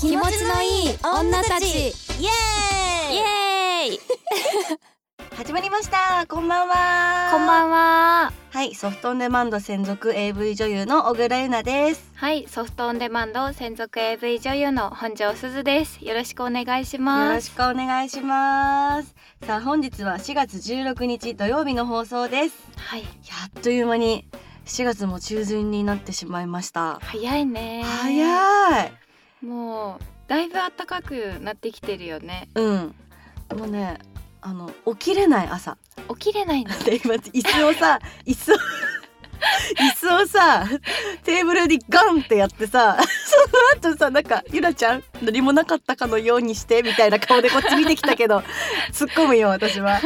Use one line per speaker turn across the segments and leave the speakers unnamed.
気持ちのいい女たち
イエーイ
イエーイ
始まりましたこんばんは
こんば
は
んは
はいソフトオンデマンド専属 AV 女優の小倉優奈です
はいソフトオンデマンド専属 AV 女優の本庄すずですよろしくお願いし
よ
ま
ろ
す
しくお願いしますさあ本日は4月16日土曜日の放送です
はい
やっという間に4月も中旬になってしまいました
早いね
早い
もうだいぶ暖かくなってきてるよね
うんもうねあの起きれない朝
起きれないの
で今椅子をさ椅子を椅子をさテーブルにガンってやってさその後さなんか「ゆらちゃん何もなかったかのようにして」みたいな顔でこっち見てきたけど突っ込むよ私は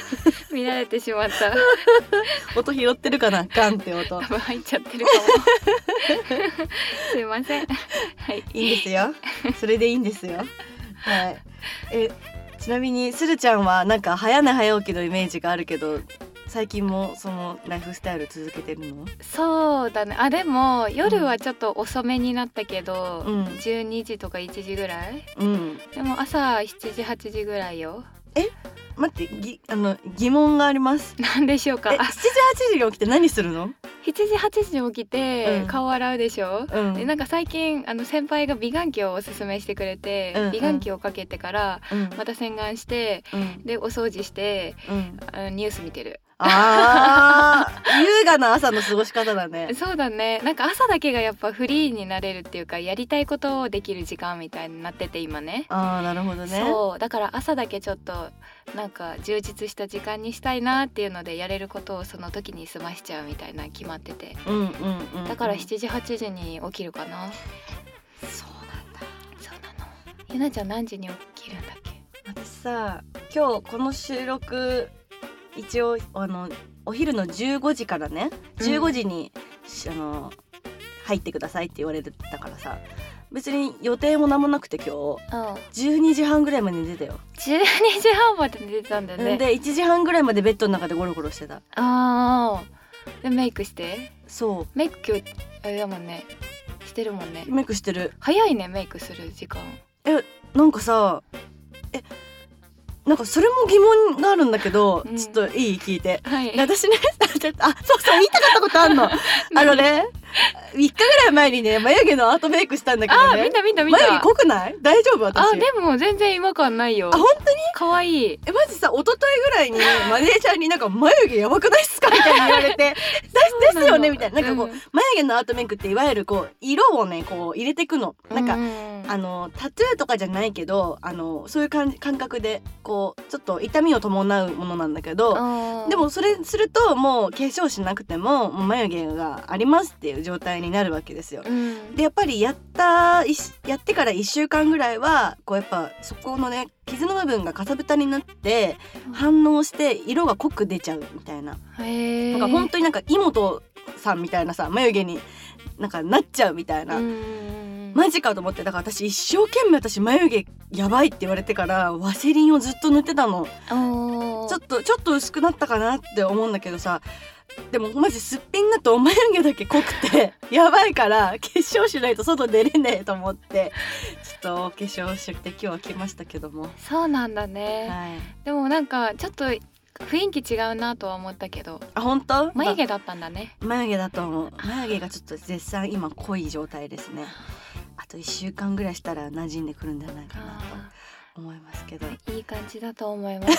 見られてしまった
音拾ってるかなガンって音
多分入っちゃって るかもすいませんはい
いいんですよそれでいいんですよはいえちなみにするちゃんはなんか早寝早起きのイメージがあるけど最近もそのライフスタイル続けてるの
そうだねあでも夜はちょっと遅めになったけど、
うん
12時とか1時ぐらい
うん
でも朝7時8時ぐらいよ
待ってぎあの疑問があります
なんでしょう
え
か
7時8時に起きて何するの
7時8時に起きて、
うん
顔洗うでしょ、
うん
でなんか最近あの先輩が美顔器をおすすめしてくれて、
うんうん
美顔器をかけてから
うん
また洗顔して
うん
でお掃除して
うん
あのニュース見てる
あー優雅な朝の過ごし方 だね
そうだねなんか朝だけがやっぱフリーになれるっていうかやりたいことをできる時間みたいになってて今ね
あーなるほどね
そうだから朝だけちょっとなんか充実した時間にしたいなっていうのでやれることをその時に済ましちゃうみたいな決まってて
う,、んうんうん、
だから
必
7時8時に起きるかな
要そうなんだ
そうなのゆなちゃん何時に起きるんだっけ
私さ今日この収録一応あのお昼の15時からね
うん
15時に、しあの入ってくださいって言われてたからさ別に予定も何もなくて今日
うん
12時半ぐらいまで寝てたよ、
12時半まで寝てたんだよね
で1時半ぐらいまでベッドの中でゴロゴロしてた
ああでメイクして
そ
メイク今日あれだもんねしてるもんね
うメイクしてる
早いねメイクする時間
なんかさえなんかそれも疑問があるんだけど、
うん
ちょっといい聞いて
はい
私ね あそうそう言いたかったことあ んのあのね3日ぐらい前にね眉毛のアートメイクしたんだけ
あ
ど
ー
ね
見た見た見
眉毛
た
濃くない大丈夫私
あでも全然違和感ないよ
あ本当に
可愛い
えマジさ一昨日ぐらい にマネージャーになんか眉毛やばくないっすかみたいに言われてですですよねみたいななんかこう眉毛のアートメイクっていわゆるこう色をねこう入れてくのなんか、あ
か
のタトゥーとかじゃないけどあのそういう感じ感覚でこうちょっと痛みを伴うものなんだけど、でもそれするともう化粧しなくてももう眉毛がありますっていう状態になるわけですよ。でやっぱりやったいしやってから1週間ぐらいはこうやっぱそこのね傷の部分がかさぶたになって
うん
反応して色が濃く出ちゃうみたいな。
へ
な
え
んか本当になんか妹さんみたいなさ眉毛になんかなっちゃうみたいな。マジかと思ってだから私一生懸命私眉毛やばいって言われてからワセリンをずっと塗ってたの
ちょ
ちょっとちょっと薄くなったかなって思うんだけどさでもマジすっぴんだと眉毛だけ濃くて やばいから化粧しないと外出れねえと思ってちょっとお化粧して今日は来ましたけども、
そうなんだね、
はい、
でもなんかちょっと雰囲気違うなとは思ったけど
あ本当
眉毛だったんだね
眉毛だと思う眉毛がちょっと絶賛今濃い状態ですねあと1週間ぐらいしたら馴染んでくるんじゃないかな
あ
と思いますけど
ーいい感じだと思い ます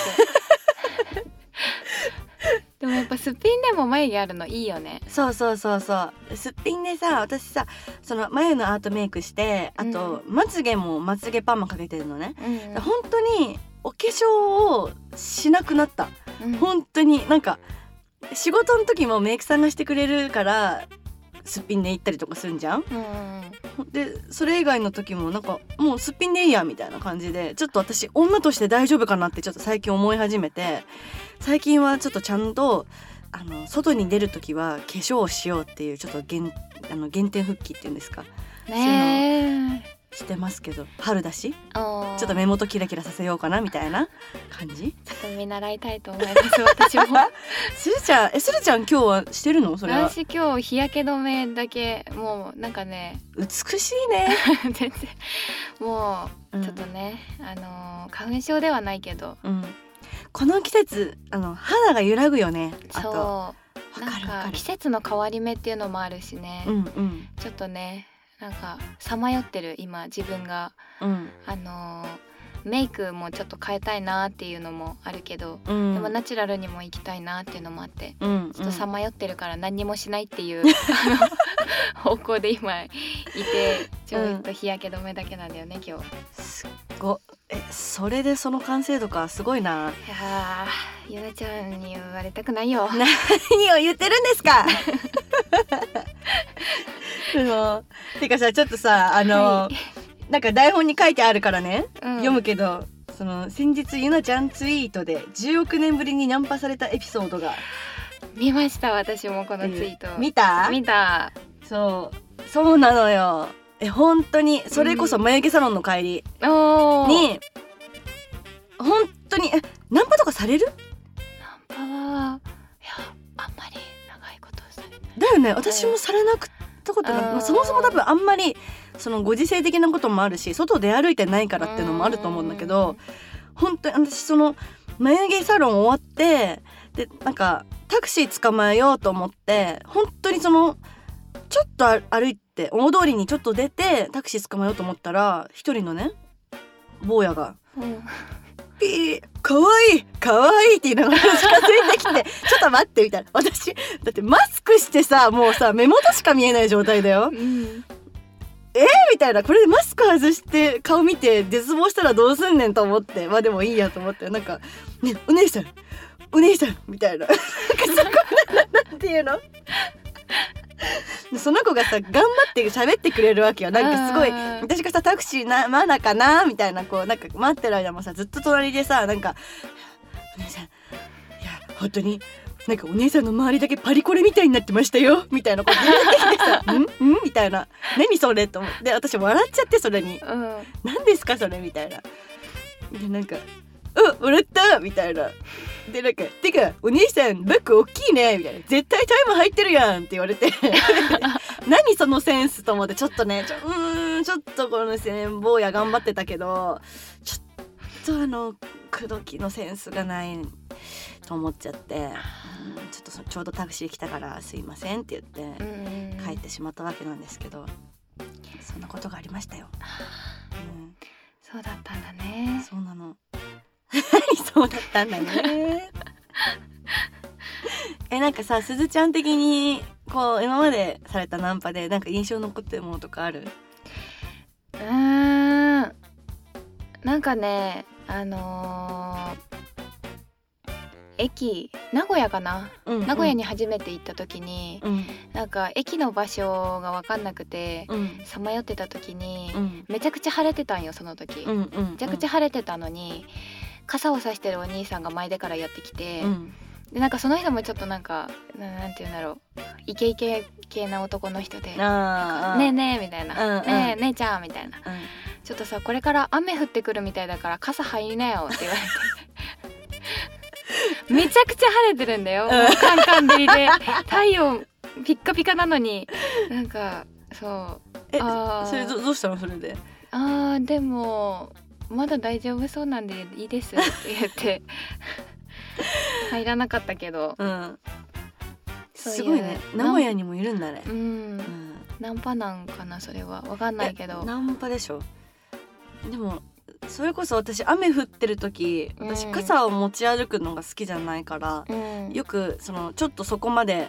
でもやっぱすっぴんでも眉毛あるのいいよね
そうそうそうそうすっぴんでさ私さその眉のアートメイクしてあと、まつげもまつげパーマかけてるのね、
うん
本当にお化粧をしなくなった
うん
本当になんか仕事の時もメイクさんがしてくれるからすっぴんで行ったりとかするんじゃん
うんうん
でそれ以外の時もなんかもうすっぴんでいいやみたいな感じでちょっと私女として大丈夫かなってちょっと最近思い始めて最近はちょっとちゃんとあの外に出る時は化粧をしようっていうちょっと原あの原点復帰っていうんですか
ねえ
してますけど春だし
ちょ
ちょっと目元キラキラさせようかなみたいな感じ
ちょっと見習いたいと思います 私も
するちゃんえするちゃん今日はしてるのそれは
私今日日焼け止めだけもうなんかね
美しいね、
全然も
う
うんちょっとね、あのー花粉症ではないけど
うんこの季節あの肌が揺らぐよねあとわ
そ
か
うなん
るわか
か
る
季節の変わり目っていうのもあるしね、
うんうん
ちょっとねなんかさまよってる今自分が
うん
あのーメイクもちょっと変えたいなっていうのもあるけど、
うん
でもナチュラルにも行きたいなっていうのもあって
うんうん
ちょっとさまよってるから何にもしないっていう あの方向で今いてちょっと日焼け止めだけなんだよね今日。
すっごえそれでその完成度かすごいな
いやーゆなちゃんに言われたくないよ。
何を言ってるんですか でもてかさちょっとさあの、
は
なんか台本に書いてあるからね、
うん
読むけどその先日ゆなちゃんツイートで10億年ぶりにナンパされたエピソードが
見ました私もこのツイート。
見た
見た。
そうそうなのよえ本当にそれこそ
うん
眉毛サロンの帰り
おお。
に、本当にえナンパとかされる
ナンパはいやあんまり長いことされない。
だよね私もされなくったことない、
うん
まあそもそも多分あんまりそのご時世的なこともあるし外出歩いてないからっていうのもあると思うんだけど本当に私その眉毛サロン終わってでなんかタクシー捕まえようと思って本当にそのちょっとあ歩いて大通りにちょっと出てタクシー捕まえようと思ったら一人のね坊やが
うん。うん
ピーかわいいかわいいって言いながら近づいてきてちょっと待ってみたいな私だってマスクしてさもうさ目元しか見えない状態だよ
うん
みたいなこれでマスク外して顔見て絶望したらどうすんねんと思ってまあでもいいやと思ってなんか「ねお姉さんお姉さん」みたいななんかそこななんていうのでその子がさ頑張って喋ってくれるわけよなんかすごい
うん
私がさタクシーなまだかなみたいなこうなんか待ってる間もさずっと隣でさなんか「お姉さんいや本当になんかお姉さんの周りだけパリコレみたいになってましたよ」みたいなこと言ってきてさ「んん?」みたいな「何それ?」と思ってで私笑っちゃってそれに
うん。
「何ですかそれ?」みたいな。でなんか「うん笑った!」みたいな。でなんか「てかお姉さんバッグ大きいね」みたいな「絶対タイム入ってるやん」って言わ れて何そのセンスと思ってちょっとねちょうーんちょっとこの線坊や頑張ってたけどちょっとあの口説きのセンスがないと思っちゃってうんちょっとそちょうどタクシー来たから「すいません」って言って
うんうん
帰ってしまったわけなんですけどそんなことがありましたよ。うん
そうだったんだね。
そうなの。何そうだったんだね。 え、なんかさ、すずちゃん的に、こう、今までされたナンパで、なんか印象残ってるものとかある。
うーん。なんかね、あのー駅名古屋かな
うん、
名古屋。に初めて行った時に、
うん、
なんか駅の場所が分かんなくて
うん、
さまよってた時に、
うん、
めちゃくちゃ晴れてたんよその時、
う
め
ん、うん、め
ちゃくちゃ。晴れてたのに傘をさしてるお兄さんが前でからやってきて、
うん、
でなんかその人もちょっとなんかななんて言うんだろうイケイケ系な男の人で「ね
ああ。
えねえ」みたいな「
うんうん
ねえ姉ちゃん」みたいな「ちょっとさこれから雨降ってくるみたいだから傘入りなよ」って言 われてめちゃくちゃ晴れてるんだよ、もうカンカン照りで太陽ピッカピカなのになんかそう
え
あー
それど、どうしたの、それで。
あーでもまだ大丈夫そうなんでいいですって言って 入らなかったけど
うん。
そういう
すごいね。名古屋にもいるんだね
う。ん
うん。
ナンパなんかなそれはわかんないけ
え
ど
ナンパでしょでもそれこそ私雨降ってる時私
うん
傘を持ち歩くのが好きじゃないから、
うん
よくそのちょっとそこまで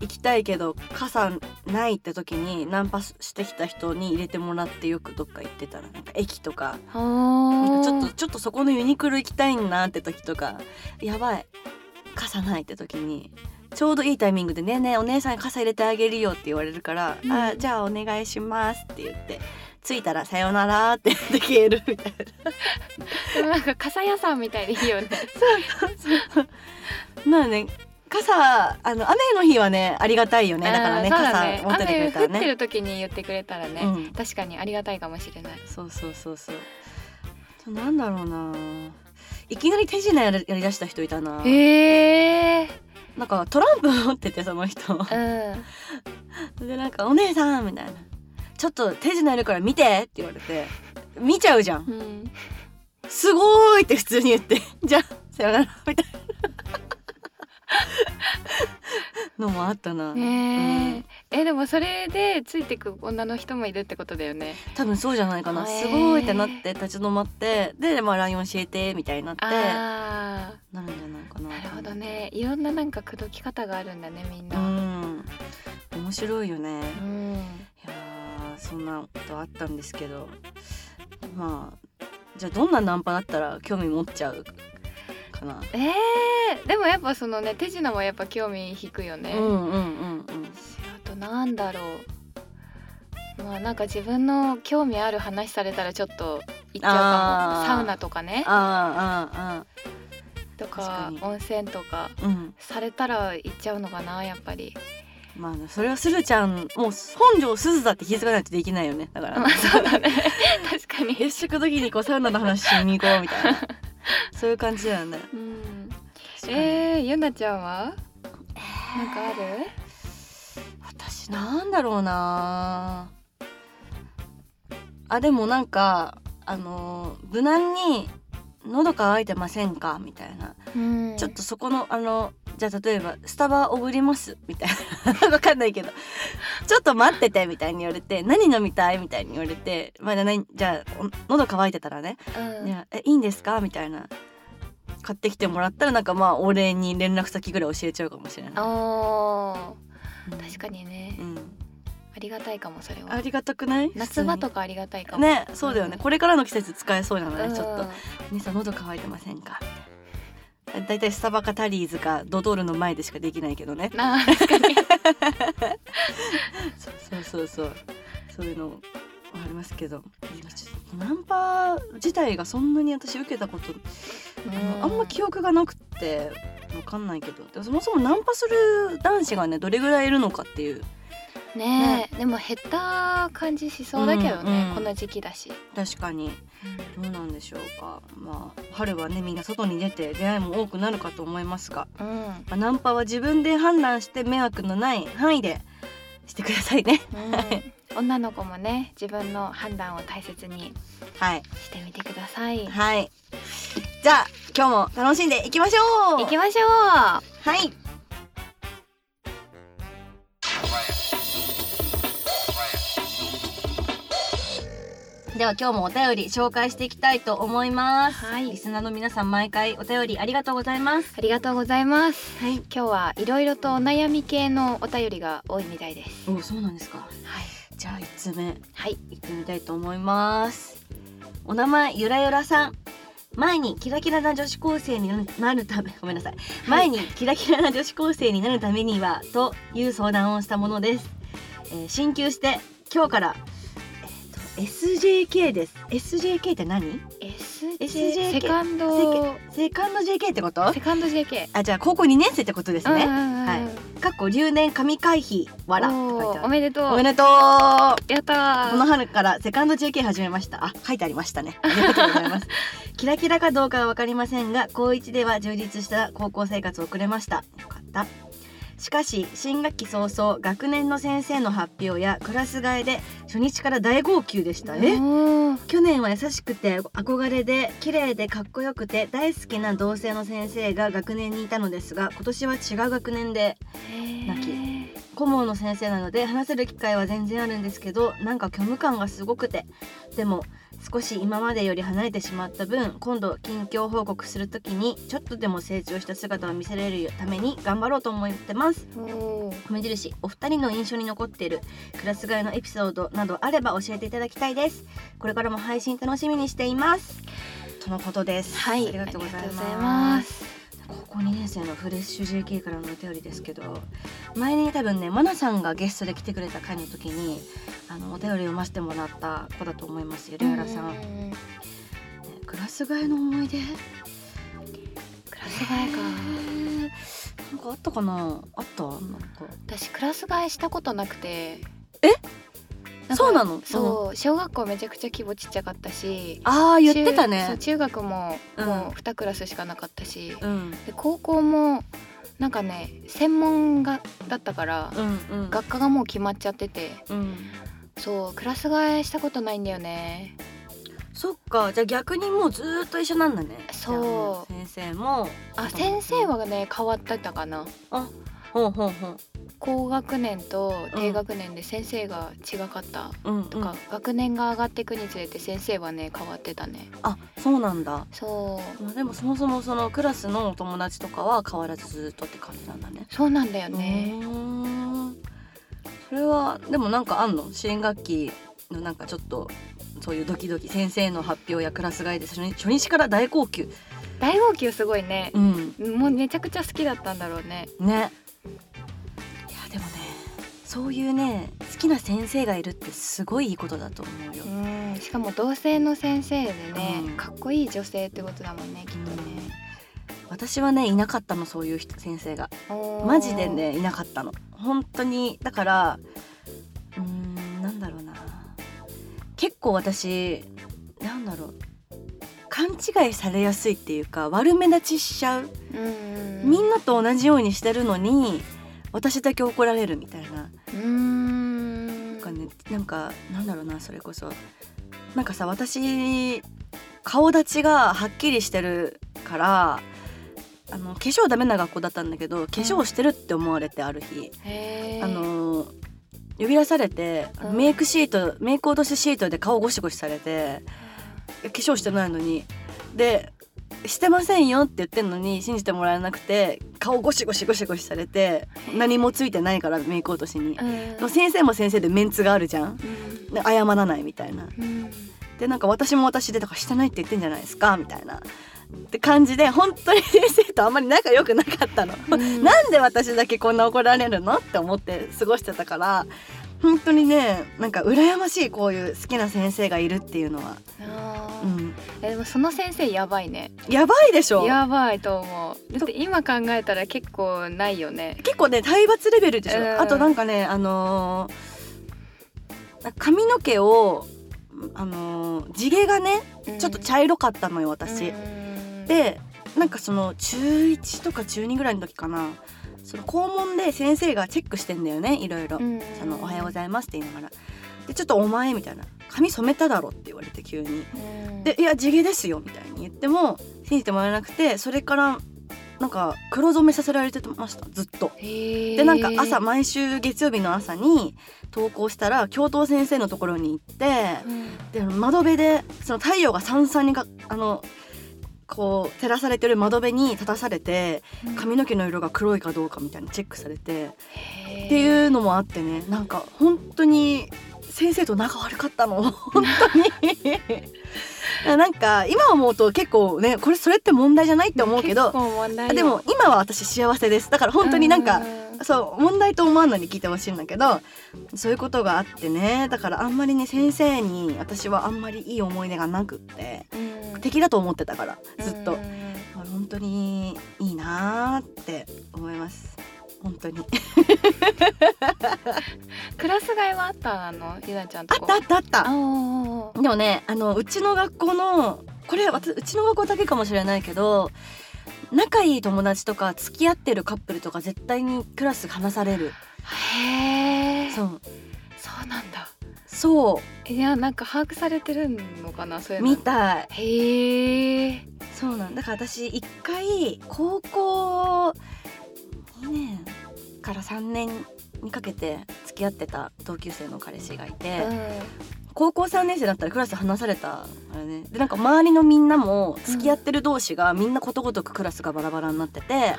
行きたいけど傘ないって時にナンパしてきた人に入れてもらってよくどっか行ってたらなんか駅とか
あ
なん
ー
かちょっとちょっとそこのユニクロ行きたいなって時とかやばい傘ないって時にちょうどいいタイミングで「ねえねえお姉さん傘入れてあげるよ」って言われるから「
うん
あじゃあお願いします」って言って着いたら「さよなら」って言って消えるみたい
でもなんか傘屋さんみたいでいいよね
な。まあね傘あの雨の日はねありがたいよねだからね
うんそうだね
傘持っててくれた
雨降
ら
って
ね
る時に言ってくれたらね、
うん
確かにありがたいかもしれない
そうそうそうそうあとなんだろうないきなり手品やりやりだした人いたな
へえ
なんかトランプ持っててその人
ー、うん
でなんか「お姉さん」みたいな「ちょっと手品やるから見て」って言われて見ちゃうじゃん
うん
「すごーい」って普通に言って 「じゃあさよなら」みたいなのもあったな、
ねええでもそれでついてく女の人もいるってことだよね
多分そうじゃないかな「
へー
すごーい」ってなって立ち止まってで、まあ、LINE 教えてみたいになってな
ああ
るんじゃないかな
なるほどねいろんななんか口説き方があるんだねみん
う
な、
ん面白いよね、
うん
いやーそんなことあったんですけどまあじゃあどんなナンパだったら興味持っちゃうかな、
えー、でもやっぱそのね手品もやっぱ興味引くよね、
うんうんうんうん
あとなんだろうまあなんか自分の興味ある話されたらちょっと行っちゃうか
あー
もサウナとかね
あーあ
と
確か
か
に
温泉とか
ーあーうん
されたら行っちゃうのかなやっぱ り
まあそれはすずちゃんもう本庄すずだって気づかないとできないよねだから、
まあそうだね確かに
月食の時にこうサウナの話しに行こうみたい なそういう感じだよね
うん
確かに
えー、ゆなちゃんはなんかある
私なんだろうなあでもなんかあの無難に「喉乾いてませんか?」みたいな、
うん
ちょっとそこのあのじゃあ例えば「スタバおごります」みたいな わかんないけど「ちょっと待ってて」みたいに言われて「何飲みたい?」みたいに言われて、まあ、何じゃあお喉乾いてたらね「
うん
いやえいいんですか?」みたいな買ってきてもらったらなんかまあお礼に連絡先ぐらい教えちゃうかもしれない。
おー確かにね
うん、
ありがたいかもそれ
あ
は
りがたくない
夏場
か
とかありがたいかも
ねそうだよね、
うん
これからの季節使えそうじゃない、
うん
ちょっと「皆さん喉乾いてませんか?」みたいなだいたいスタバかタリーズかドトールの前でしかできないけどね
な あ確かに
そうそうそうそういうのありますけどちょっとナンパ自体がそんなに私受けたこと、あのあんま記憶がなくってわかんないけどでもそもそもナンパする男子がねどれぐらいいるのかっていう
ねえ、でも減った感じしそうだけどね、
うんうん
この時期だし、
確かにどうなんでしょうかまあ春はねみんな外に出て出会いも多くなるかと思いますが
うん
まあナンパは自分で判断して迷惑のない範囲でしてくださいね。
女の子もね自分の判断を大切に
はい。
してみてください
はい。じゃあ今日も楽しんでいきましょう。
行きましょ
はい。では今日もお便り紹介していきたいと思います。
はい
リスナーの皆さん毎回お便りありがとうございます。
うありがとうございます
はい。
今日はいろいろとお悩み系のお便りが多いみたいです
お、そうなんですか。
はい
じゃあ一つ目。
はい
行ってみたいと思いますお名前ゆらゆらさん前にキラキラな女子高生になるため ごめんなさい前にキラキラな女子高生になるためにはという相談をしたものです、えー、進級して今日から、えーと SJK です SJK って何
SJ
SJK
セカンド
セカンド JK ってこと
セカンド JK
あじゃあ高校2年生ってことです
うんう
ね、
んうん
はかっこ留年神回避わらって書い
おー
てあ
お
る
めでとう
おめでとう
やったー
この春からセカンド JK 始めました。あ、書いてありましたね。ありがとうございます。キラキラかどうかはわかりませんが、高一では充実した高校生活を送れました。よかった。しかし、新学期早々、学年の先生の発表やクラス替えで初日から大号泣でした。え
おー
去年は優しくて憧れで綺麗でかっこよくて大好きな同性の先生が学年にいたのですが今年は違う学年で泣き
へ
顧問の先生なので話せる機会は全然あるんですけどなんか虚無感がすごくてでも少し今までより離れてしまった分今度近況報告するときにちょっとでも成長した姿を見せれるために頑張ろうと思ってます
ーおー
無印お二人の印象に残っているクラス替えのエピソードなどあれば教えていただきたいですこれからも配信楽しみにしていますとのことです
はい
ありがとうござい
ありがとうござい
ま
ますす
高校2年生のフレッシュ JK からのお便りですけど前に多分ねマナさんがゲストで来てくれた回の時にあのお便り読ませてもらった子だと思いますよレアラさん、
ううう
ねクラス替えの思い出ク
クラス替えか
なんかかあったかなあったなんか
私クラス替えしたことなくて
え
んか
そうなの
そう、小学校めちゃくちゃ規模ちっちゃかったし
ああ言ってた
中そう
ね
中学も
うん
もう2クラスしかなかったし、
うん
で高校もなんかね専門がだったから、
うんうん
学科がもう決まっちゃってて
うん
そうクラス替えしたことないんだよね
そっかじゃあ逆にもうずーっと一緒なんだね
そう
じゃあ先生も
あ先生はね変わってたかな
ほうほうほう
高学年と低学年で先生が違かった
うん
とか、学年が上がっていくにつれて先生はね変わってたね
あそうなんだ
そう
まあでもそもそもそのクラスのお友達とかは変わらずずっとって感じなんだね。
そうなんだよね
うーんそれはでもなんかあんの支援学期のなんかちょっとそういうドキドキ先生の発表やクラス外で初日初日から大号泣。
大号泣すごいね
うん
もうめちゃくちゃ好きだったんだろうね
ね。いやでもねそういうね好きな先生がいるってすごいいいことだと思うよ。
うんしかも同性の先生でね、
うん
かっこいい女性ってことだもんねきっとね、
私はねいなかったのそういう人先生が。
おー
マジでねいなかったの本当にだからうーんなんだろうな結構私なんだろう勘違いされやすいっていうか悪目立ちしちゃう、
うんうんうん
みんなと同じようにしてるのに私だけ怒られるみたいな
うーん
なんか,、ね、なんかなんだろうなそれこそなんかさ私顔立ちがはっきりしてるからあの化粧ダメな学校だったんだけど化粧してるって思われてある日、
へー、
あのー呼び出されて、
うん
メイクシートメイク落としシートで顔ゴシゴシされて化粧してないのにでしてませんよって言ってんのに信じてもらえなくて顔ゴシゴシゴシゴシされて何もついてないからメイク落としに、
うん
でも先生も先生でメンツがあるじゃん
うん
で謝らないみたいな
うん
でなんか私も私でだからしてないって言ってんじゃないですかみたいなって感じで本当に先生とあんまり仲良くなかったの。
うん
なんで私だけこんな怒られるのって思って過ごしてたから本当にねなんか羨ましいこういう好きな先生がいるっていうのは、
あ
う
ー
ん、
えでもその先生やばいね
やばいでしょ
やばいと思うだって今考えたら結構ないよね
結構ね体罰レベルでしょ、
うん
あとなんかねあのー髪の毛をあのー地毛がねちょっと茶色かったのよ私、
うん
でなんかその中1とか中2ぐらいの時かなその校門で先生がチェックしてんだよねいろいろ、
うん
その「おはようございます」って言いながら「でちょっとお前」みたいな「髪染めただろ」って言われて急に
うん
「でいや地毛ですよ」みたいに言っても信じてもらえなくてそれからなんか黒染めさせられてましたずっと。
へー
でなんか朝毎週月曜日の朝に登校したら教頭先生のところに行って
うん
で窓辺でその太陽がさんさんにがあのこう照らされてる窓辺に立たされて髪の毛の色が黒いかどうかみたいなチェックされて
へー
っていうのもあってねなんか本当に先生と仲悪かった の本当になんか今思うと結構ねこれそれって問題じゃないって思うけ
結
ど
構問題
あでも今は私幸せですだから本当になんかそう問題と思わないで聞いてほしいんだけどそういうことがあってねだからあんまりね先生に私はあんまりいい思い出がなくって敵だと思ってたからずっと、
うんうん
あ本当にいいなーって思います本当に
クラス替えはあったのゆなちゃん
あ
と
っ
こ
たあったあった
あおーおーおー
でもねあのうちの学校のこれ私うちの学校だけかもしれないけど仲いい友達とか付き合ってるカップルとか絶対にクラス話される
へえそ
そう
うなんだ
そ
いやなんか把握されてるのかなそういううの
みたい
へえ
そうなんだから私一回高校2年から3年にかけて付き合ってた同級生の彼氏がいて、高校3年生だったらクラス離されたからねでなんか周りのみんなも付き合ってる同士がみんなことごとくクラスがバラバラになってて、
へ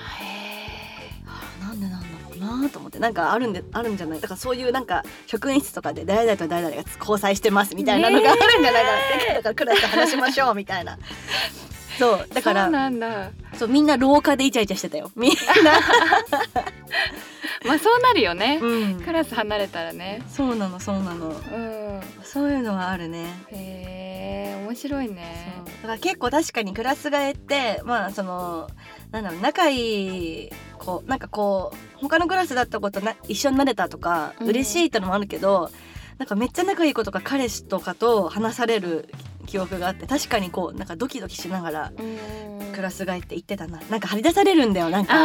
なんでなんだろうなと思ってなんかあるんであるんじゃないだからそういうなんか職員室とかで誰々と誰々が交際してますみたいなのがあるんじゃないかなって、だからクラスで話しましょうみたい なそう
え
だ
そ
か
う
ら
なんだ
そうみんな廊下でイチャイチャしてたよみん
まあそうなるよね
な、うん
クラス離れたらね
そうなのそうなの
うん
そういうのはあるね
へえ面白い
そ
ね
うだから結構確かにクラス替えってまあそのなんだろう仲いい子こうなんかこう他のクラスだったことな一緒になれたとか
うん
嬉しいってのもあるけど、なんかめっちゃ仲いい子とか彼氏とかと話される記憶があって確かにこうなんかドキドキしながら
うん
クラス替えって言ってたななんか張り出されるんだよなんか
あ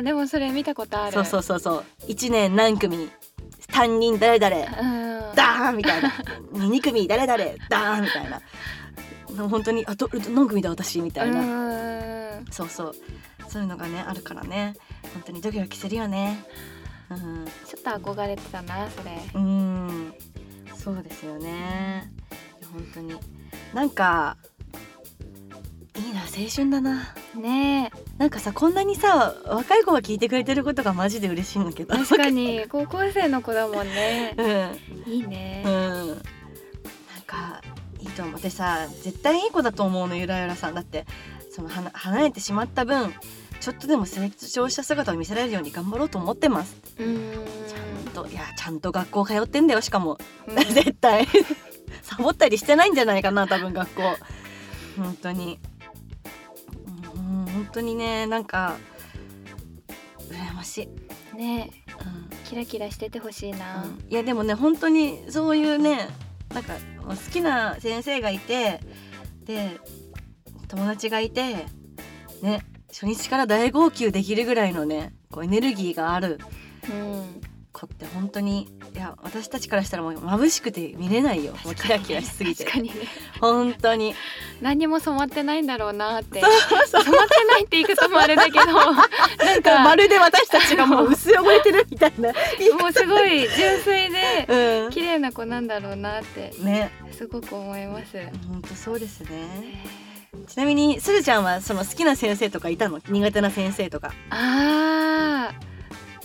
ーでもそれ見たことある
そうそうそうそう1年何組担任誰々
うん
ダーンみたいな2 組誰々ダーンみたいなな本当にあどど何組だ私みたいな、
うん
そうそうそういうのがねあるからね本当にドキドキするよねうん
ちょっと憧れてたなそれ
うんそうですよねいや本当になんかいいな青春だな
ねえ
なんかさこんなにさ若い子が聞いてくれてることがマジで嬉しいんだけど
確かに高校生の子だもんね
うん
いいね
うん、なんかいいと思ってさ絶対いい子だと思うのゆらゆらさんだってそのはな離れてしまった分ちょっとでも成長した姿を見せられるように頑張ろうと思ってます
うん
ちゃんといやちゃんと学校通ってんだよしかも
うん
絶対 サボったりしてないんじゃないかな多分学校本当にうん本当にねなんか羨ましい、
ね
うん
えキラキラしててほしいな、
いやでもね本当にそういうねなんか好きな先生がいてで友達がいてね初日から大号泣できるぐらいのねこうエネルギーがある
うん、
子って本当にいや私たちからしたらもう眩しくて見れないよもうキラキラしすぎて
確かにね
本当に
何にも染まってないんだろうなって 染まってないって言い方もあれだけどなんか
まるで私たちがもう薄汚れてるみたいな、
もうすごい純粋で
う
綺麗な子なんだろうなって
ん、ね
すごく思います。
本当そうですね
ね
ちなみにすずちゃんはその好きな先生とかいたの苦手な先生とか、
あ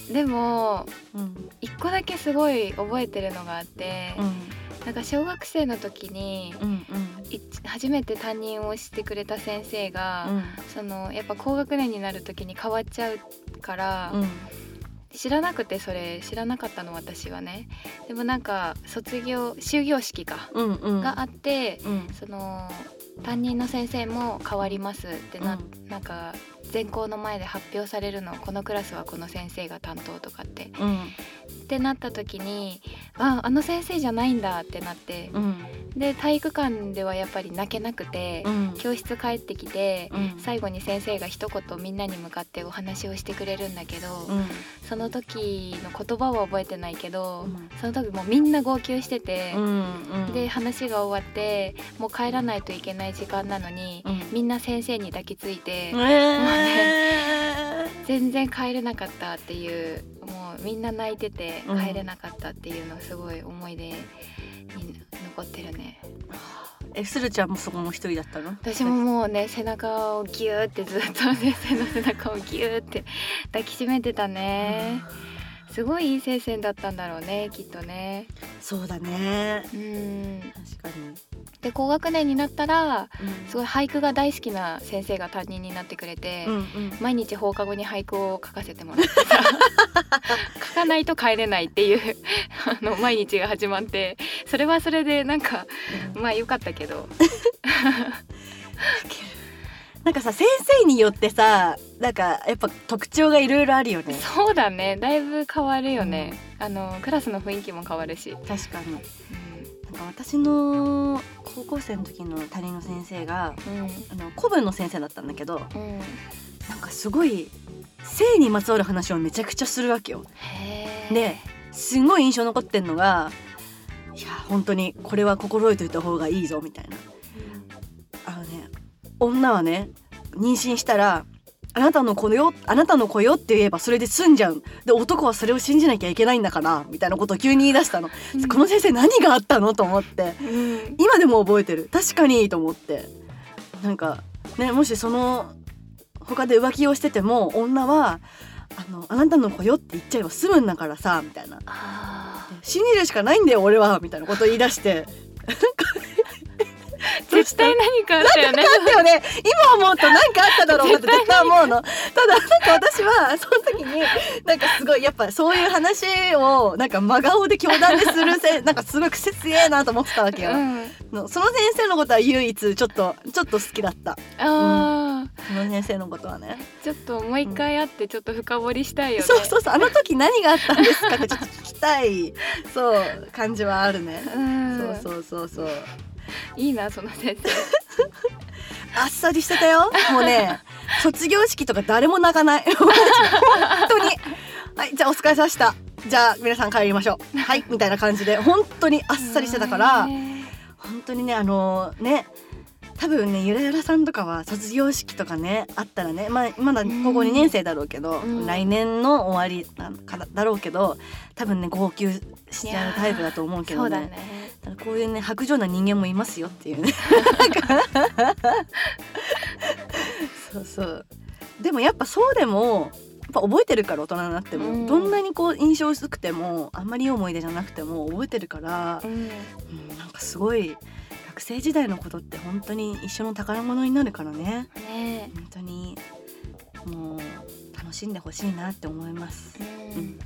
ーでも
うん
一個だけすごい覚えてるのがあって、
うん、
なんか小学生の時に
うん
い初めて担任をしてくれた先生が、そのやっぱ高学年になる時に変わっちゃうから、
うん
知らなくてそれ知らなかったの私はねでもなんか卒業終業式か、
うんうん
があって
うん
その担任の先生も変わりますってな,、なんか全校の前で発表されるのこのクラスはこの先生が担当とかって
うん
ってなった時にああの先生じゃないんだってなって
うん
で体育館ではやっぱり泣けなくて
うん
教室帰ってきて
うん
最後に先生が一言みんなに向かってお話をしてくれるんだけど、
うん
その時の言葉は覚えてないけど、
うん
その時もうみんな号泣してて
う、んうん
で話が終わってもう帰らないといけない時間なのに、
うん
みんな先生に抱きついて、
え
全然帰れなかったっていうもうみんな泣いてて
うん
帰れなかったっていうのすごい思い出に残ってるね
ーえするちゃんもそこも一人だったの
私ももうね背中をギューってずっと先生の 背中をギューって抱きしめてたね、すごいいい先生だったんだろうねきっとね
そうだね
うん
確かに
で高学年になったらすご
い
い俳句が大好きな先生が担任になってくれて、
うんうん
毎日放課後に俳句を書かせてもらっ てさ書かないと帰れないっていうあの毎日が始まってそれはそれでなんかまあ良かったけど
なんかさ先生によってさなんかやっぱ特徴がいろいろあるよね
そうだねだいぶ変わるよね、あのクラスの雰囲気も変わるし、
確かになんか私の高校生の時の担任の先生が
うん
あの古文の先生だったんだけど
うん
なんかすごい性にまつわる話をめちゃくちゃするわけよ。
へえ
ですごい印象残ってんのがいや本当にこれは心得といた方がいいぞみたいなあのね女はね妊娠したらあなたの子よあなたの子よって言えばそれで済んじゃうで男はそれを信じなきゃいけないんだからみたいなことを急に言い出したの、
うん
この先生何があったのと思って
うん
今でも覚えてる確かにと思ってなんかねもしその他で浮気をしてても女はあの「あなたの子よ」って言っちゃえば済むんだからさみたいな
あ
「信じるしかないんだよ俺は」みたいなこと言い 出して
ー 絶対何かあったよね
なんだよね今思うと何かあっただろうなって絶対思うのただなんか私はその時になんかすごいやっぱそういう話をなんか真顔で教団でする せなんかすごい癖強えなと思ってたわけよ、
うん
のその先生のことは唯一ちょっとちょっと好きだった
あー、うん
その先生のことはね
ちょっともう一回会ってちょっと深掘りしたいよね、
そうそうそうあの時何があったんですかってちょっと聞きたいそう感じはあるね、
うん
そうそうそうそう
いいなその先
あっさりしてた よもうね卒業式とか誰も泣かない 本当にはいじゃあお疲れさしたじゃあ皆さん帰りましょうはいみたいな感じで本当にあっ
生
さりしてたから
うん
本当にねあのね多分ねゆらゆらさんとかは卒業式とかねあったらね、まあ、まだ高校
うん
2年生だろうけど、
うん
来年の終わりなんかだだろうけど多分ね号泣しちゃうタイプだと思うけ
そ
ど
うだ
ね
ね
だからこういうね白状な人間もいますよっていうねそうそうでもやっぱそうでもやっぱ覚えてるから大人になっても、
うん
どんなにこう印象薄くてもあんまりいい思い出じゃなくても覚えてるから
う、ん
うんなんかすごい学生時代のことって本当に一緒の宝物になるからね
ね
本当にもう楽しんでほしいなって思います
え、う
うんん、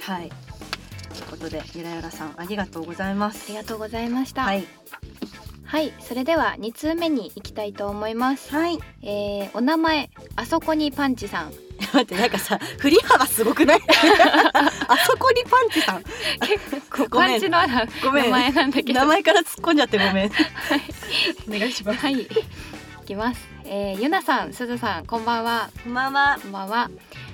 はいということでゆらゆらさんありがとうございます
ありがとうございました
は
はい、
い
それでは2通目に行きたいと思います、
はい
えー、お名前あそこにパンチさん
待ってなんかさ振り幅すごくない あそこにパンチさん
結構
ごめん
パンチのある
ごめん
名前なんだけど
名前から突っ込んじゃってごめんお願いします
はい、いきます。えー、ゆなさん、すずさん、こんばんは。
こんばんは
こんばんは。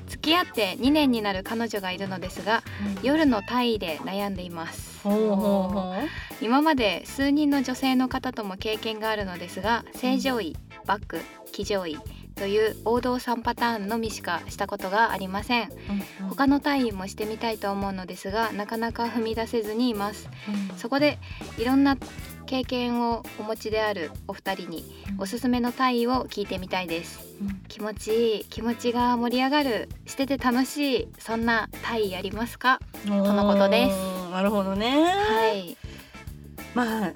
付き合って2年になる彼女がいるのですが、夜の体位で悩んでいます。
ほうほうほ
今まで数人の女性の方とも経験があるのですが、正常位、バック、騎乗位。という王道3パターンのみしかしたことがありません
う
他の体位もしてみたいと思うのですがなかなか踏み出せずにいますそこでいろんな経験をお持ちであるお二人におすすめの体位を聞いてみたいです気持ちいい気持ちが盛り上がるしてて楽しいそんな体位ありますか
こ
のことです
なるほどね、
はい
まあ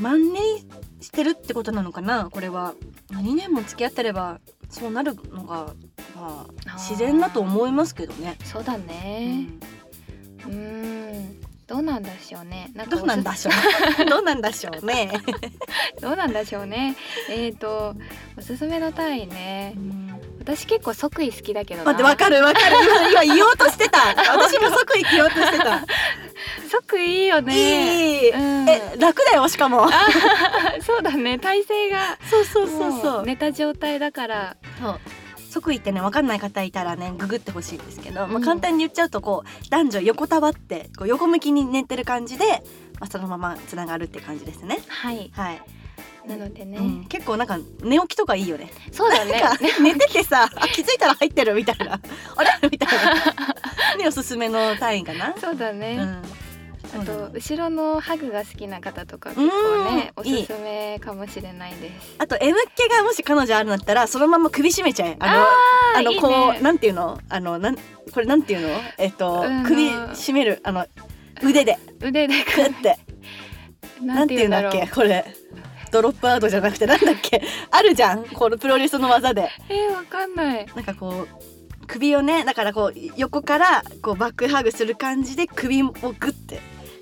マンネリしてるってことなのかなこれは2年も付き合ってればそうなるのが、
あ
ま
ー
あ、自然だと思いますけどね、
そうだね
うん
うーんどうなんでしょうねなんか
どうなんだ
おす
しょう どうなんだしょうね、
すどうなんでしょうねえっ、とおすすめの体位ね私結構即位好きだけどな
待ってわかるわかる今今言おうとしてた私も即行きようとしてた、
即位いいよね
いい、
うん
え楽だよしかも
あそうだね体勢が
そうそうそう
も
そうう,、
寝た状態だから
そう即位ってねわかんない方いたらねググってほしいんですけど、
う
まあ、
ん
簡単に言っちゃうとこう男女横たわってこう横向きに寝てる感じで、まあ、そのままつながるって感じですね
はい
はい、
なのでね、
うん、結構なんか寝起きとかいいよね
そうだね
なんか寝ててさあ気づいたら入ってるみたいなあれみたい なねおすすめの単位かな
そうだね、
うんそう
あ
なの
と後ろのハグが好きな方とか
ん
結構ねお
いい
すすめかもしれないです。
あと M 系がもし彼女あるんだったらそのまま首絞めちゃえあの
ー
あの
いいね
こうなんていうのあのなんこれなんていうのえっと
うん
首絞めるあの腕で
腕で
グッてなんていうんだっけこれドロップアウトじゃなくてなんだっけあるじゃんこのプロレスの技で
えー、わかんない。
なんかこう首をねだからこう横からこうバックハグする感じで首をグッて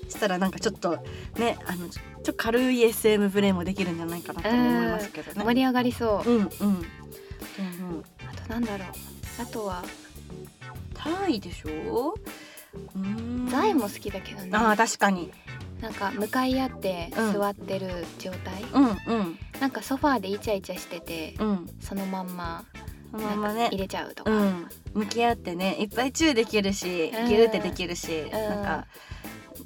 したらなんかちょっとねあのちょちょっと軽い SM プレイもできるんじゃないかなと思いますけどね。
盛り上がりそう。
うんうんうんうん
あとなんだろう。あとは
タイでしょうーん
ザイも好きだけどね。
あー確かに
なんか向かい合って
うん
座ってる状態。
うんうん
なんかソファーでイチャイチャしてて
うん
そのまんま
その
な
ま
ん
ま
か
ね
入れちゃうとか。
うん向き合ってねいっぱいチューできるしギ
うん
ューってできるし、
ん
なんか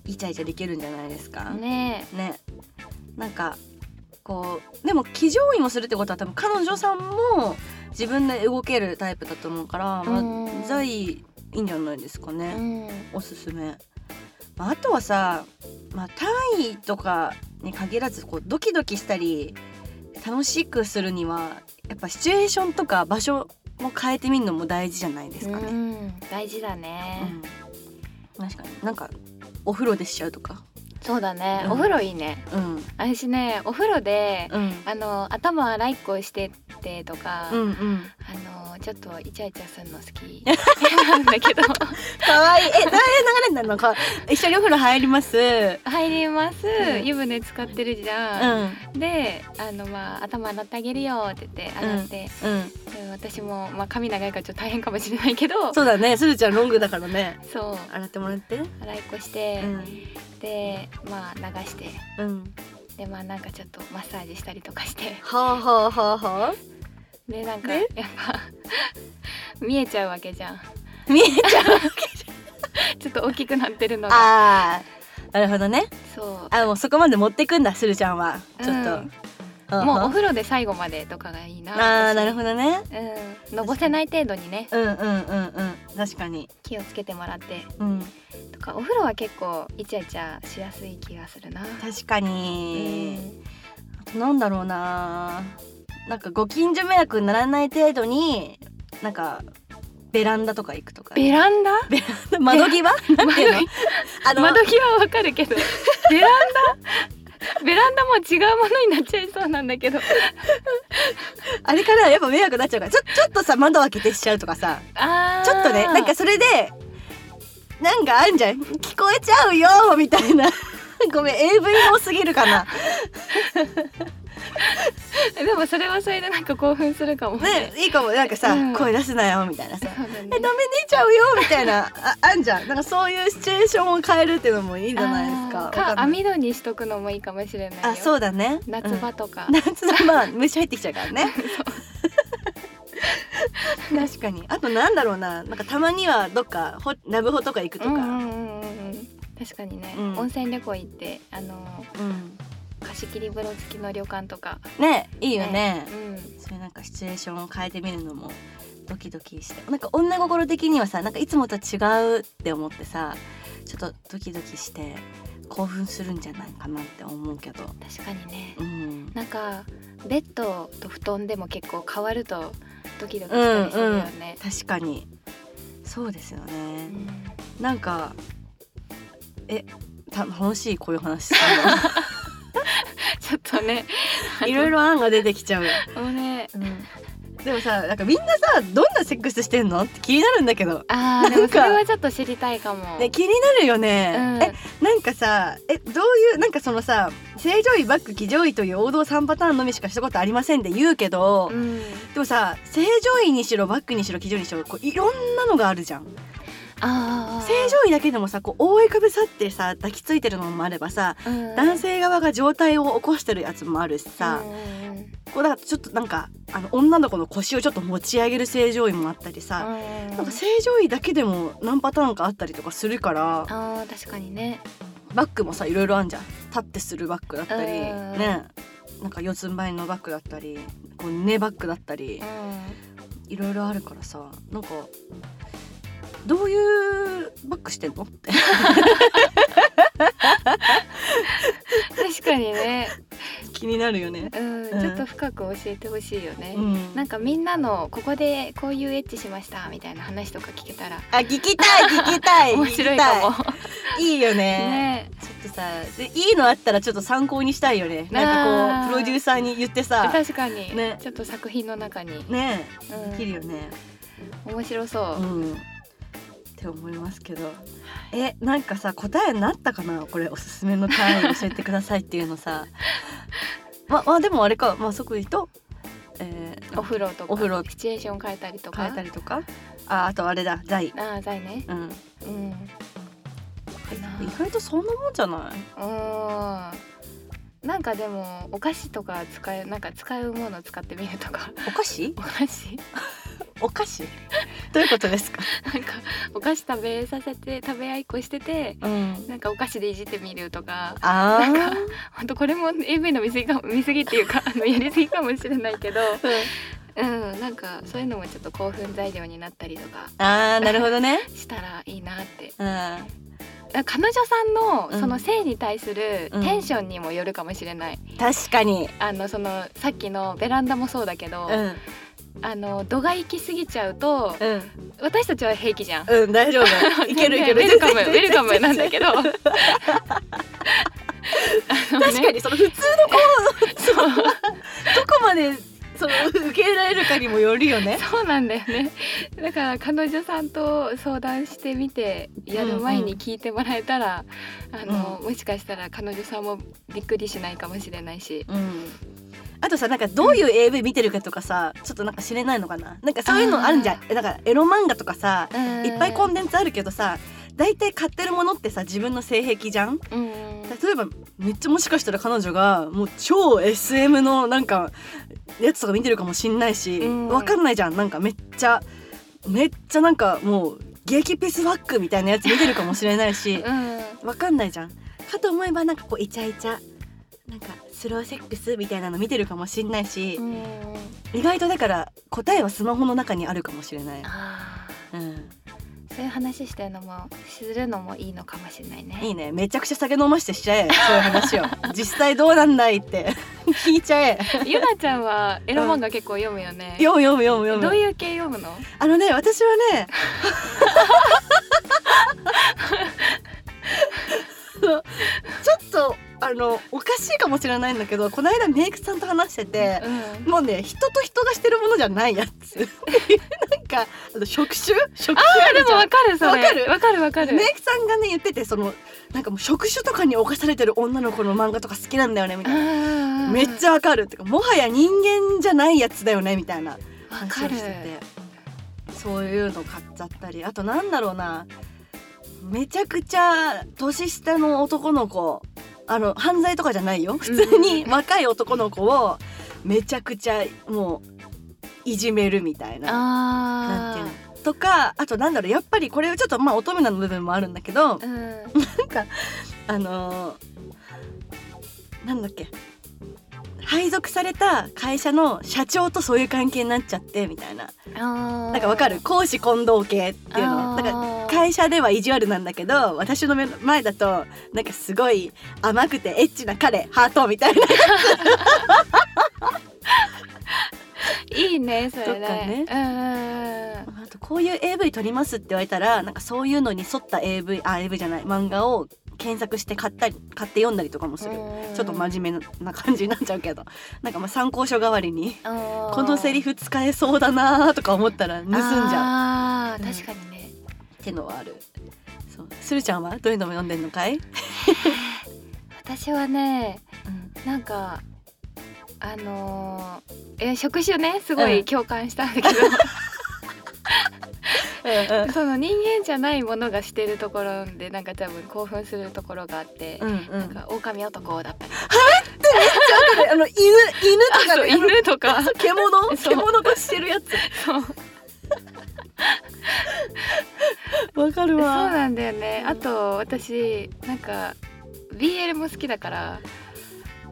イチャイチャできるんじゃないですかね
ね
なんかこうでも騎乗位もするってことは多分彼女さんも自分で動けるタイプだと思うから、まあ
うん
ザイいいんじゃないですか
え。
ね、
うん。
おすすめ、まあ、あとはさ、まあ、単位とかに限らずこうドキドキしたり楽しくするにはやっぱシチュエーションとか場所も変えてみるのも大事じゃないですか
う
ね。
ん大事だ
う
ね。
ん確かになんかお風呂でしちゃうとか。
そうだね、
うん
お風呂いいね
うん
私ねお風呂で
うん
あの頭洗いっこしてってとか、
うんうん
あののちょっとイチャイチャするの好 きなんだけど
可愛いいえどういう流れになるのか一緒にお風呂入りますうん
入ります、
うん
湯船使ってるじゃん、であの、まあ、頭洗ってあげるよって言って洗って、
うん
うん私も、まあ、髪長いからちょっと大変かもしれないけど
そうだねすずちゃんロングだからね
そう
洗ってもらって
洗いっこして、
うん
でまあ流して
うん
でまあなんかちょっとマッサージしたりとかして
はあはあはあは
でなんかや
で
っぱ 見えちゃうわけじゃん
あ見えちゃう
ちょっと大きくなってるのが
あーなるほどね
そう
あもうそこまで持ってくんだすずちゃんはちょっ
うん
と、
もうお
う
風呂で最後までとかがいいな
あ
私
あーなるほどね
うん、のぼせない程度にね
うんうんうんうん確かに
気をつけてもらって
うん
とかお風呂は結構イチャイチャしやすい気がするな、
確かに、
うん
なんだろうななんかご近所迷惑にならない程度になんかベランダとか行くとか
ベランダ
窓際なんていうの あの
窓際はわかる けどベランダベランダも違うものになっちゃいそうなんだけど
あれからやっぱ迷惑になっちゃうからちょちょっとさ窓開けてしちゃうとかさ
あー
ちょっとねなんかそれでなんかあんじゃん聞こえちゃうよみたいな ごめん AV 多すぎるかな
でもそれはそれでなんか興奮するかも
ねいいかもなんかさ、
うん
声出すなよみたいなさ
そうだね
えダメ出ちゃうよみたいなああんじゃんなんかそういうシチュエーションを変えるっていうのもいいんじゃないですか
あー
わかん
か
ない
網戸にしとくのもいいかもしれないよ
あそうだね
夏場とか、
うん夏場まあ虫入ってきちゃうからね確かにあとなんだろうななんかたまにはどっかほラブホとか行くとか、
う
うん
うんんうんうんうん確かにね、
うん
温泉旅行行ってあの貸し切り風呂付きの旅館とか
ねいいよね
うん
そういうなんかシチュエーションを変えてみるのもドキドキしてなんか女心的にはさなんかいつもとは違うって思ってさちょっとドキドキして興奮するんじゃないかなって思うけど、
確かにね
うん、
なんかベッドと布団でも結構変わるとドキドキしたりするよね、
確かにそうですよね
うん、
なんかえた楽しいこういう話す
ちょっと ね
るのいろい
ろ
ろ案が出てきちゃう、
もうね
でもさなんかみんなさどんなセックスしてんのって気になるんだけど、
あーでもそれはちょっと知りたいかも、
ね、気になるよね、
うん
えなんかさえどういうなんかそのさ正常位バック騎乗位という王道3パターンのみしかしたことありませんって言うけど、
うん、
でもさ正常位にしろバックにしろ騎乗位にしろこういろんなのがあるじゃん
あー
正常位だけでもさこう覆いかぶさってさ抱きついてるのもあればさ
うん
男性側が状態を起こしてるやつもあるしさ、
うんうん
こうだからちょっとなんかあの女の子の腰をちょっと持ち上げる正常位もあったりさ、
うん
なんか正常位だけでも何パターンかあったりとかするから
あー確かにね
バックもさいろいろあんじゃん立ってするバックだったり
うん
ねなんか四つん這いのバックだったりこう寝バックだったり
う
いろいろあるからさなんかどういうバックしてんのって
ん、確かにね、
気になるよね。
うん
うん
ちょっと深く教えてほしいよね、
うん
なんかみんなのここでこういうエッチしましたみたいな話とか聞けたら
あ聞きたい聞きた い
面白いかも
聞きたいいいよ
ね
ちょっとさでいいのあったらちょっと参考にしたいよねなんかこ
あー
うプロデューサーに言ってさ
確かに、
ね
ちょっと作品の中に、
ね
うん
できるよね
面白そう
う、んって思いますけどえなんかさ答えになったかなこれおすすめの単位教えてくださいっていう のさままあでもあれかまあ即位と、えー
お風呂とか
お風呂
シチュエーション変えたりとか
変えたりとかああとあれだ財
ああ財ね
うん
うんな
意外とそんなもんじゃないう
ーんなんかでもお菓子とか使えなんか使うもの使ってみるとか
お菓子
お菓子
お菓子どういうこ とですか、
なんかお菓子食べさせて食べ合いっこしてて
うん、
なんかお菓子でいじってみるとか
あ
なん
ー
かほんとこれも AV の見過ぎか見過ぎっていうかあのやりすぎかもしれないけどうんなんかそういうのもちょっと興奮材料になったりとか
あーなるほどね
したらいいなって
うん
なんか彼女さん
う
の
ん
その性に対する
うん
テンションにもよるかもしれない、
確かに。
あのそのさっきのベランダもそうだけど、
うん、
あの度が行き過ぎちゃうと
うん、
私たちは平気じゃん。
うん、大丈夫。いけるいける。
全然ウェルカムウ
全然
ェルカムなんだけどあのね
確かに、その普通のこう、
そう
どこまで、そその受け入れられるかにもよるよ ね。
そうなんだよねだから彼女さんと相談してみてやる前に聞いてもらえたら、あのもしかしたら彼女さんもびっくりしないかもしれないし
うん。あとさなんかどういう AV 見てるかとかさちょっとなんか知れないのかななんかそういうのあるんじゃんだからエロ漫画とかさいっぱいコンテンツあるけどさ大体買ってるものってさ自分の性癖じゃん
うん
例えばめっちゃもしかしたら彼女がもう超 SM のなんかやつとか見てるかもしんないし、
うん
わかんないじゃんなんかめっちゃめっちゃなんかもう激ピスワックみたいなやつ見てるかもしれないし
うん
わかんないじゃんかと思えばなんかこうイチャイチャなんかスローセックスみたいなの見てるかもしんないし
う、ん
意外とだから答えはスマホの中にあるかもしれない、
あ
うん、
ーそういう話してるのもするのもいいのかもしれないね
いいねめちゃくちゃ酒飲ましてしちゃえそういう 話を実際どうなんだいって 聞いちゃえ
ゆなちゃんはエロ漫画結構読むよね
読む読む読む読む
どういう系読むの
あのね私はねあのちょっとあのおかしいかもしれないんだけどこの間メイクさんと話してて、
うん
もうね人と人がしてるものじゃないや つなんかあの職種職種
あ
あ
で
るじ
も
ゃん
わかるそれ
わかる
わかるわかる
メイクさんがね言っててそのなんかもう職種とかに侵されてる女の子の漫画とか好きなんだよねみたいな
あー
めっちゃわかるってかもはや人間じゃないやつだよねみたいな
わ
話
か
をし
る
ててそういうの買っちゃったりあとなんだろうなめちゃくちゃ年下の男の子あの犯罪とかじゃないよ普通 に若い男の子をめちゃくちゃもういじめるみたいな。なんていう
あ
のとかあとなんだろうやっぱりこれはちょっとまあ乙女な部分もあるんだけど
ーうん
あのーなんだっけ配属された会社の社長とそういう関係になっちゃってみたいな
あー
なんかわかる公私混同系っていうの
あ
な
ー
んか会社では意地悪なんだけど私の目の前だとなんかすごい甘くてエッチな彼ハートみたいな
いいねそれ
とかね
ねうんうんうん
あとこういう AV 撮りますって言われたらなんかそういうのに沿った AV あ AV じゃない漫画を検索して買ったり買って読んだりとかもする
うん
ちょっと真面目な感じになっちゃうけどなんかまあ参考書代わりに
あー
このセリフ使えそうだなとか思ったら盗んじゃう
ゃあー
うん
確かにね
ってのはあるそうするちゃんはどういうのも読んでんのかい、
私はねなんかあのーえ職種ねすご
う
い
ん
共感したんだけど、その人間じゃないものがしてるところでなんか多分興奮するところがあって、
うんうん
なんか狼男 だったり
あの犬犬とか
あと
の犬
犬とか
獣
そう
獣としてるやつ
そう
わかる
そうなんだよねあと私なんか BL も好きだから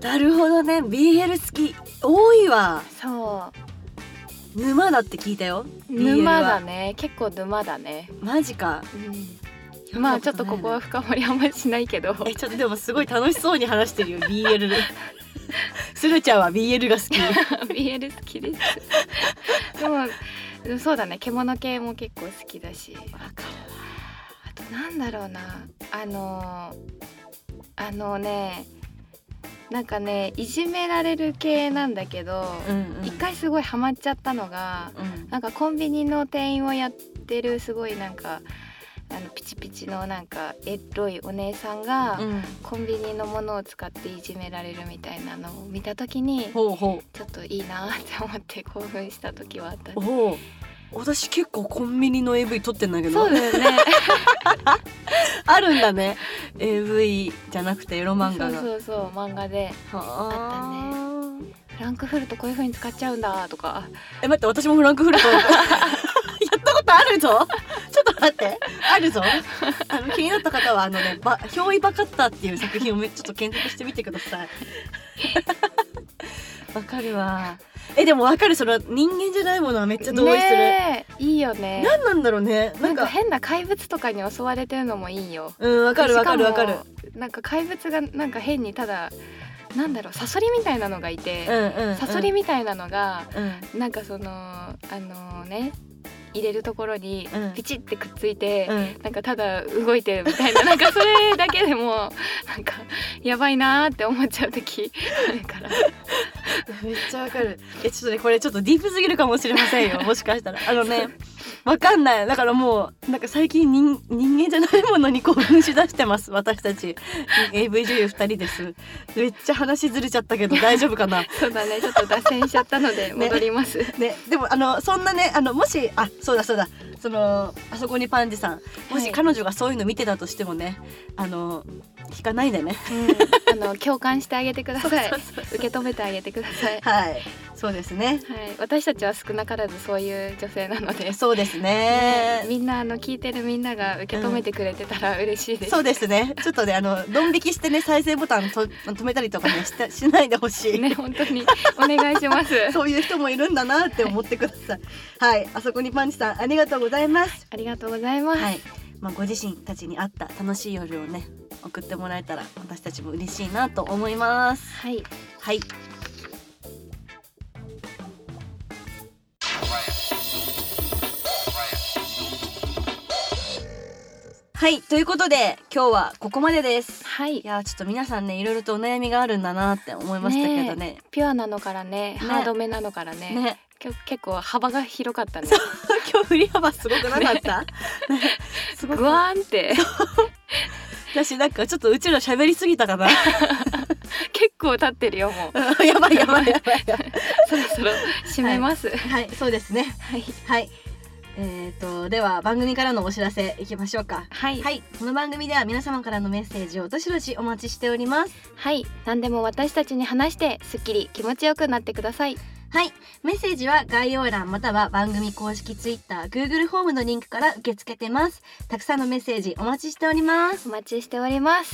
なるほどね BL 好き多いわ
そ
沼だって聞いた
う
よ BL は
沼だね結構沼だね、
マジか
まあちょっとここは深掘りあんまりしないけど
えちょっとでもすごい楽しそうに話してるよ BL するちゃんは BL が好き
BL 好きですでもでもそうだね獣系も結構好きだしあとなんだろうなあのあのねなんかねいじめられる系なんだけど、
うんうん
一回すごいハマっちゃったのが
うん
なんかコンビニの店員をやってるすごいなんかあのピチピチのなんかエロいお姉さんが、
うん
コンビニのものを使っていじめられるみたいなのを見た時に
ほうほう
ちょっといいなって思って興奮した時はあったね
おお私結構コンビニの AV 撮ってんだけど
そうだよね
あるんだね AV じゃなくてエロ漫画が
そうそうそう漫画で
はあったね
フランクフルトこういう風に使っちゃうんだとか
え待って私もフランク フルトやったことあるぞちょっと待って あるぞあの気になった方はあのね「ば憑依バカッター」っていう作品をめちょっと検索してみてくださ いわかるわえでもわかるその人間じゃないものはめっちゃ同意する、
ねえいいよね
何なんだろうね
な
なんん
か
か
変な怪物とかに襲われてるのもいいよ
うんわかるわかるわかる
しもなんか怪物がなんか変にただなんだろうサソリみたいなのがいて、
うんうんうん
サソリみたいなのが
うん
なんかそのあのね入れるところに
うん
ピチってくっついて、
うん
なんかただ動いてるみたいななんかそれ だけでもなんかやばいなーって思っちゃう時あるから
めっちゃわかるえちょっとねこれちょっとディープすぎるかもしれません よもしかしたらあのねわかんないだからもうなんか最近人人間じゃないものに興奮しだしてます私たち AV 女優2人ですめっちゃ話ずれちゃったけど大丈夫かな
そうだねちょっと脱線しちゃったので戻ります、
ねでもあのそんなねあのもしあそうだそうだそのあそこにパンジさんも
は
し
い
彼女がそういうの見てたとしてもねあの聞かないでね
うん、あの共感してあげてください
そうそうそう
受け止めてあげてください
はいそうですね
はい、私たちは少なからずそういう女性なので、
そうですね
みんなあの聞いてるみんなが受け止めてくれてたら嬉しいです。
そうですね。ちょっとね、あの、ドン引きしてね、再生ボタンと止めたりとかね、したしないでほしい。
ね、本当にお願いします。
そういう人もいるんだなって思ってください。はい、あそこにパンチさん、ありがとうございます。
ありがとうございます。
はい、まあ、ご自身たちに合った楽しい夜をね、送ってもらえたら、私たちも嬉しいなと思います。
はい、
はい。はい、ということで、今日はここまでです。
はい
い、やーちょっと皆さんねいろいろとお悩みがあるんだなって思いましたけどね。
ピュアなのからね、ハードめなのからね
ね
きょ結構幅が広かったね。
今日振り幅すごくなかった、ねすご
ぐ
く
わーんって、
私なんかちょっとうちら喋りすぎたかな
結構立ってるよ、もう。
やばいやばいやばいやばい
そろそろ締めます。はい、
はいそうですね
はい、
はいえー、とでは番組からのお知らせいきましょうか
はい、
はいこの番組では皆様からのメッセージをどしどしお待ちしております
何でも私たちに話して、すっきり気持ちよくなってください。
はい。メッセージは概要欄または番組公式 Twitter、Google ホームのリンクから受け付けてます。たくさんのメッセージお待ちしております。
お待ちしております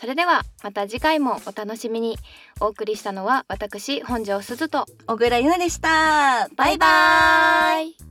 それではまた次回もお楽しみにお送りしたのは私本庄すずと
小倉優奈でした。バイバイ
バイバイ